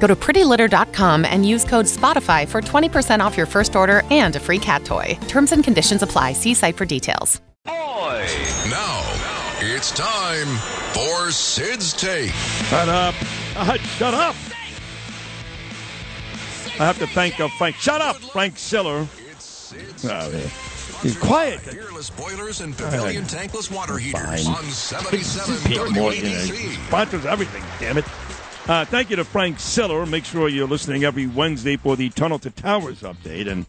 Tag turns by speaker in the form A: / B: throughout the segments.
A: Go to prettylitter.com and use code SPOTIFY for 20% off your first order and a free cat toy. Terms and conditions apply. See site for details.
B: Now it's time for Sid's take.
C: Shut up. Uh, shut up. I have to thank uh, Frank. Shut up, Frank Schiller.
B: It's Sid's
C: Oh, yeah. He's quiet.
B: Fearless boilers and pavilion tankless water heaters
C: Fine.
B: on E 77
C: Peter Morgan uh,
B: WABC.
C: sponsors everything, damn it. Uh, thank you to Frank Siller. Make sure you're listening every Wednesday for the Tunnel to Towers update. And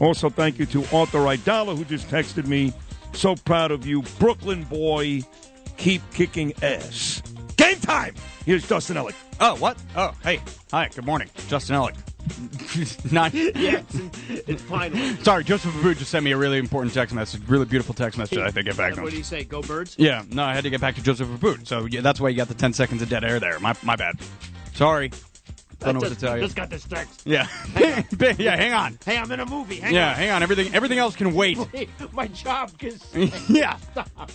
C: also thank you to Arthur Idala, who just texted me. So proud of you, Brooklyn boy. Keep kicking ass. Game time! Here's Dustin Ellick.
D: Oh, what? Oh, hey. Hi, good morning. Justin Ellick. Not
E: It's finally.
D: Sorry, Joseph Abu just sent me a really important text message, really beautiful text message. that I had to get back
E: What do
D: to.
E: you say? Go birds.
D: Yeah, no, I had to get back to Joseph Abu, so yeah, that's why you got the ten seconds of dead air there. My my bad. Sorry, don't know what to
E: just,
D: tell you.
E: just got this text.
D: Yeah, yeah, hang on.
E: Hey, I'm in a movie. Hang
D: Yeah, hang on. Everything everything else can wait.
E: on. My job is.
D: yeah.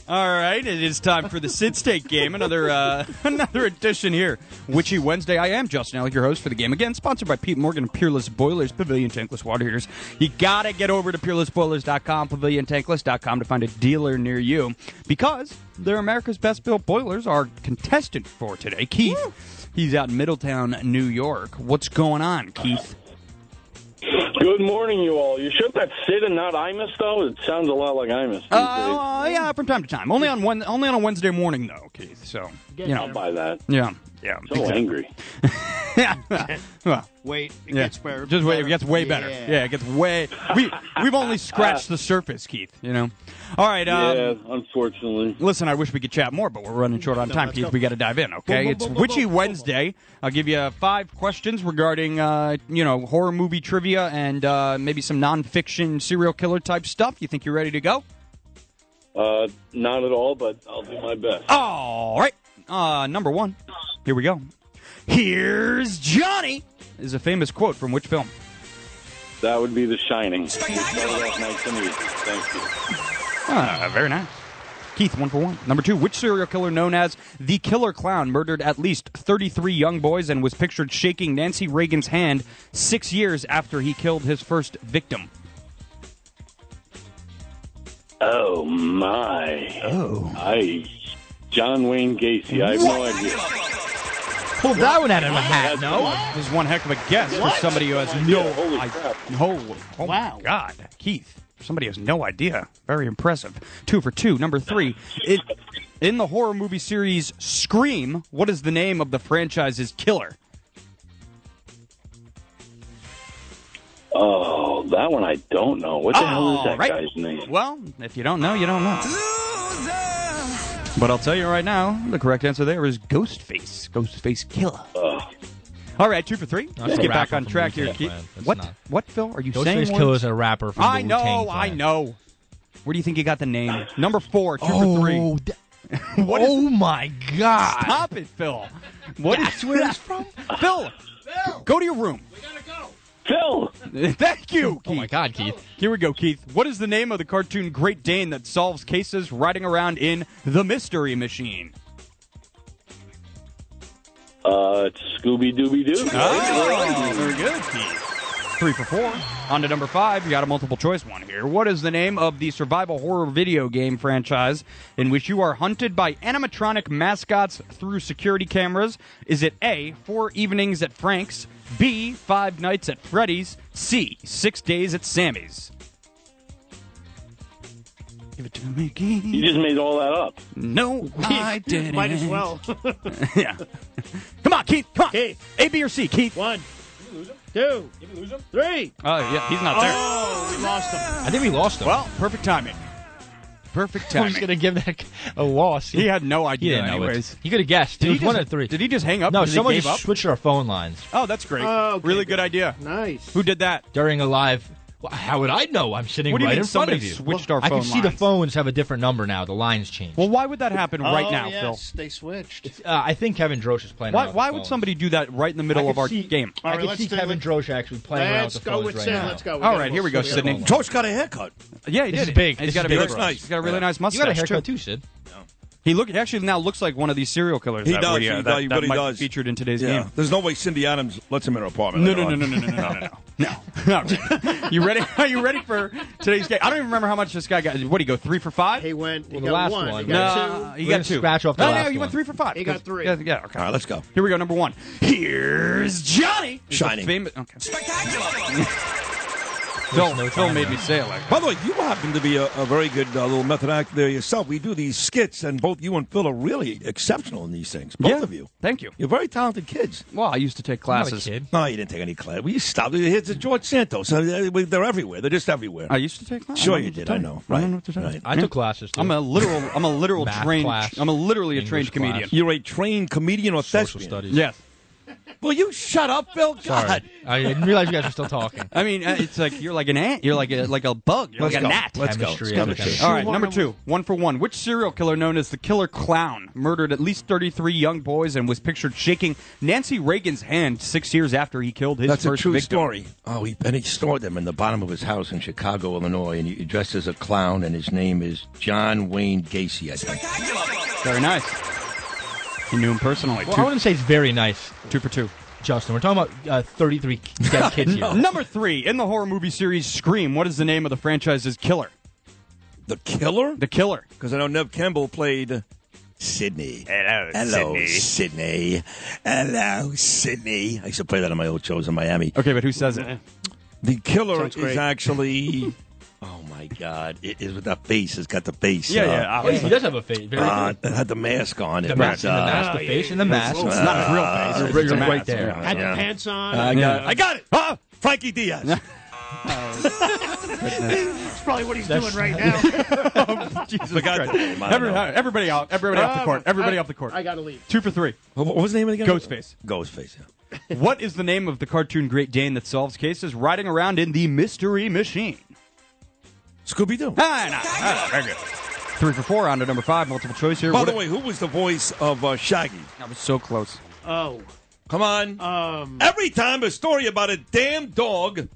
D: All right, it is time for the Sid State game. Another uh, another edition here. Witchy Wednesday. I am Justin Alec, your host for the game. Again, sponsored by Pete Morgan and Peerless Boilers, Pavilion Tankless Water Heaters. You gotta get over to peerlessboilers.com, paviliontankless.com to find a dealer near you because their America's Best Built Boilers are contestant for today. Keith, he's out in Middletown, New York. What's going on, Keith?
F: Good morning, you all. You sure that's Sid and not Imus, though? It sounds a lot like Imus. these days.
D: Uh, yeah, from time to time. Only on one, only on a Wednesday morning though, Keith. So you know,
F: I'll buy that.
D: Yeah. Yeah.
F: So angry.
D: yeah. well,
E: Wait, it
D: yeah.
E: gets better.
D: Just wait. It gets way better. Yeah.
E: Yeah. Uh,
D: it gets way. We we've only scratched the surface, Keith. You know. All right. Um,
F: yeah, unfortunately.
D: Listen, I wish we could chat more, but we're running short on time,
E: let's
D: Keith.
E: go.
D: We got to dive in. Okay.
E: boom,
D: it's
E: boom, boom,
D: Witchy
E: boom, boom.
D: Wednesday. I'll give you five questions regarding uh, you know horror movie trivia and uh, maybe some nonfiction serial killer type stuff. You think you're ready to go?
F: Uh, not at all, but I'll do my best.
D: All right. Uh, number one. Here we go. Here's Johnny. Is a famous quote from which film?
F: That would be The Shining. You started off nice and easy. Thank you.
D: Ah, very nice. Keith, one for one. Number two, which serial killer known as the Killer Clown murdered at least 33 young boys and was pictured shaking Nancy Reagan's hand six years after he killed his first victim?
F: Oh, my. Oh. I. John Wayne Gacy. I have no idea.
D: Pulled that one out of a
F: hat, no?
D: This is one heck of a guess for somebody who has no
F: Yeah, holy
D: idea.
F: crap.
D: No. Oh wow. My God. Keith, somebody has no idea. Very impressive. Two for two. Number three. It, in the horror movie series Scream, what is the name of the franchise's killer?
F: Oh, that one I don't know. What the hell is
D: All
F: that
D: Oh, right.
F: guy's name?
D: Well, if you don't know, you don't know. But I'll tell you right now, the correct answer there is Ghostface. Ghostface Killer.
F: Ugh.
D: All right, two for three. Let's
G: a
D: get back
G: rapper
D: on
G: from
D: track
G: Wu-Tang
D: here. Keith.
G: Clan. That's
D: What?
G: not-
D: What, Phil? Are you saying
G: Ghostface
D: words?
G: Killer is a rapper from
D: I
G: the
D: know,
G: Wu-Tang
D: I
G: Clan.
D: know. Where do you think he got the name? Number four, two for three.
G: Oh, d-
D: What is-
G: oh my God!
D: Stop it, Phil. What is
G: That's where he's from.
D: Phil? Go to your room.
F: Phil!
D: Thank you.
G: Oh my
D: Keith.
G: God, Keith!
D: Here we go, Keith. What is the name of the cartoon Great Dane that solves cases riding around in the Mystery Machine?
F: Uh, Scooby Dooby Doo.
D: Oh, very good, Keith. Three for four. On to number five. You got a multiple choice one here. What is the name of the survival horror video game franchise in which you are hunted by animatronic mascots through security cameras? Is it A, Four Evenings at Frank's, B, Five Nights at Freddy's, C, Six Days at Sammy's? Give it to me,
F: You
D: Keith.
F: just made all that up.
D: No, I didn't.
E: Might as well.
D: yeah. Come on, Keith. Come on.
E: Keith.
D: A, B, or C, Keith.
E: One, two, three.
D: Oh, yeah. He's not there.
E: Oh, we lost him.
G: I think we lost him.
D: Well, perfect timing. Perfect
G: I'm
D: timing.
G: just gonna give that a loss.
D: He had no
G: He
D: idea.
G: didn't know
D: anyways.
G: it. You could have guessed. it was
D: he
G: one
D: just-
G: of three.
D: Did he just hang up?
G: No,
D: Did he
G: someone
D: gave
G: just
D: up?
G: switched our phone lines
D: Oh, that's great.
E: Oh, okay,
D: really
E: good.
D: good idea.
E: Nice.
D: Who did that?
G: during a live
H: Well, how would I know? I'm sitting
D: What do you
H: right
D: mean
H: in front of
D: somebody
H: you.
D: switched our
H: I can
D: phone
H: see the
D: lines?
H: phones have a different number now. The lines changed.
D: Well, why would that happen right now, Phil?
I: Oh, yes, they switched.
H: uh, I think Kevin Drosh is playing. around
D: Why,
H: with
D: why
H: the
D: would
H: phones.
D: somebody do that right in the middle
H: I
D: of
H: could
D: our
H: see-
D: game?
I: All
H: I
I: right,
H: can
I: let's
H: see
I: do
H: Kevin
I: it.
H: Drosh actually playing around with
I: Let's
H: the
I: go
H: phones
I: with
H: right
I: Sid.
H: now.
I: Let's go. We
D: All
I: gotta
D: right, here we go,
I: Sid.
D: Sydney.
I: Hold on.
J: Coach got a haircut.
D: Yeah, he
H: This
D: did.
H: is big.
D: He's
H: This
D: got a
H: is big
D: really
H: for us.
D: nice. He's got a really nice mustache
H: You got a haircut
D: too.
H: too, Sid.
D: He look he actually now looks like one of these serial killers.
C: He
D: that
C: does.
D: We, uh,
C: he
D: that,
C: does.
D: that
C: but he
D: might be
C: does.
D: featured in today's
C: Yeah.
D: game.
C: There's no way Cindy Adams lets him in her apartment. oh.
D: No,
C: later
D: no, no,
C: on.
D: no, no, no, no, no, no, no. No. You ready? Are you ready for today's game? I don't even remember how much this guy got. What did he go three for five?
I: He went. He
H: Well, the
I: got
H: last
I: one.
H: one.
I: He got
D: No,
I: two.
D: he
H: We're
D: got
H: gonna
D: two.
H: scratch off the
D: no, no,
H: last
D: you went
H: one.
D: three for five.
I: He got
D: Because-
I: three.
D: Yeah, yeah, okay.
C: All right, let's go.
D: Here we go. Number one. Here's Johnny. He's a
C: Shining.
D: famous- okay.
B: Spectacular.
D: Phil,
H: no
D: Phil
H: time
D: made
H: there.
D: me say it like that.
C: By the way, you happen to be a, a very good uh, little method actor there yourself. We do these skits, and both you and Phil are really exceptional in these things. Both
D: Yeah.
C: of you.
D: Thank you.
C: You're very talented kids.
D: Well, I used to take
H: I'm not a
D: classes.
H: kid.
C: No, you didn't take any class. Well, you stopped. It's a George Santos. Uh, They're they're everywhere. They're just everywhere.
D: I used to take classes.
C: sure
D: I
C: you
D: don't know what to
C: did.
D: tell
C: I
D: you.
C: know.
D: I
C: Right.
D: don't know what to tell you.
C: right.
H: I took classes. Too.
D: I'm a literal. I'm a literal
H: Math
D: trained.
H: class,
D: I'm a literally a
H: English
D: trained
H: class.
D: comedian.
C: You're a trained comedian or
H: social
C: thespian.
H: studies.
D: Yes.
C: Will you shut up, Phil? God.
H: Sorry. I didn't realize you guys were still talking.
D: I mean, uh, it's like you're like an ant. You're like a like a bug. You're
C: Let's
D: like
C: go.
D: a gnat.
C: Let's go.
H: Chemistry,
C: Let's go.
H: everything.
D: All right, number two, one for one. Which serial killer known as the Killer Clown murdered at least 33 young boys and was pictured shaking Nancy Reagan's hand six years after he killed his
C: That's a
D: first
C: true
D: victim?
C: story.
J: Oh, he, and he stored them in the bottom of his house in Chicago, Illinois, and he dressed as a clown, and his name is John Wayne Gacy, I think.
D: Very nice. He knew him personally.
H: Well, I
D: two,
H: wouldn't say it's very nice,
D: two for two.
H: Justin. We're talking about uh, 33 dead kids here.
D: Number three, in the horror movie series Scream, what is the name of the franchise's killer?
C: The killer?
D: The killer.
C: Because I know Nev Campbell played Sydney.
E: Hello,
C: Hello, Sydney. Hello, Sydney. I used to play that on my old shows in Miami.
D: Okay, but who says it?
C: The killer
I: Sounds
C: is
I: great.
C: actually. oh my God! It is with that face. It's got the face.
D: Yeah,
C: uh,
D: yeah,
H: Oh, he does have a face. Very
C: Uh,
H: good.
C: it had the mask on.
H: The
C: it
H: mask,
C: was,
H: and the
C: uh,
H: mask, the face, and the mask.
D: It's
H: Uh,
D: not a real face.
H: You're
D: it's
H: right-
D: a
H: you're
D: mask.
H: right there.
I: Had the
C: Yeah.
I: pants on.
C: I got,
D: Uh, Yeah.
C: I got it. Ah, Frankie Diaz.
I: That's probably what he's doing right now.
C: Forgot the name. I don't
D: Every-
C: know.
D: everybody out. Everybody off the court. Everybody
H: Uh,
D: off the court.
I: Oh, I gotta leave.
D: Two for three.
C: What what was the name of the guy?
D: Ghostface.
C: Ghostface. Yeah.
D: What is the name of the cartoon Great Dane that solves cases riding around in the mystery machine?
C: Scooby Doo.
D: Ah, nah, ah, very good. Three for four on to number five, multiple choice here.
C: By
D: What
C: the
D: a-
C: way, who was the voice of uh, Shaggy?
D: I was so close.
I: Oh,
C: Come on.
I: um,
C: Every time a story about a damn dog.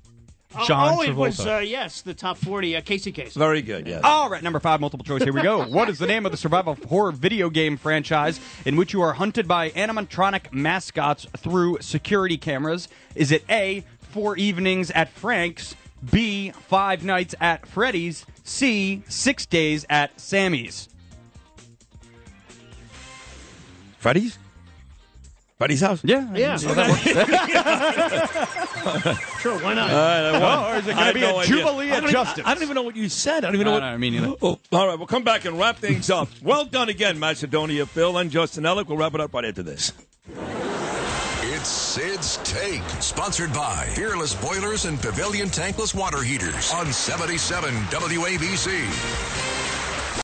H: John
I: oh, it was
H: Travolta.
I: uh, yes, the top forty uh, Casey case.
C: Very good. Yeah.
D: All right, number five, multiple choice. Here we go. what is the name of the survival horror video game franchise in which you are hunted by animatronic mascots through security cameras? Is it A, Four Evenings at Frank's, B, Five Nights at Freddy's, C, Six Days at Sammy's?
C: Freddy's. Freddy's house.
D: Yeah,
I: Yeah, okay. sure, why not?
C: Uh,
D: Or is it going to be a jubilee
C: I
D: at
C: don't,
D: justice?
C: Even, I don't even know what you said. I don't even
D: No,
C: know
D: no,
C: what.
D: me neither.
C: Oh, all right, we'll come back and wrap things up. well done again, Macedonia, Phil, and Justin Ellick. We'll wrap it up right after this.
B: It's Sid's Take, sponsored by Fearless E Boilers and Pavilion Tankless Water Heaters on 77 WABC.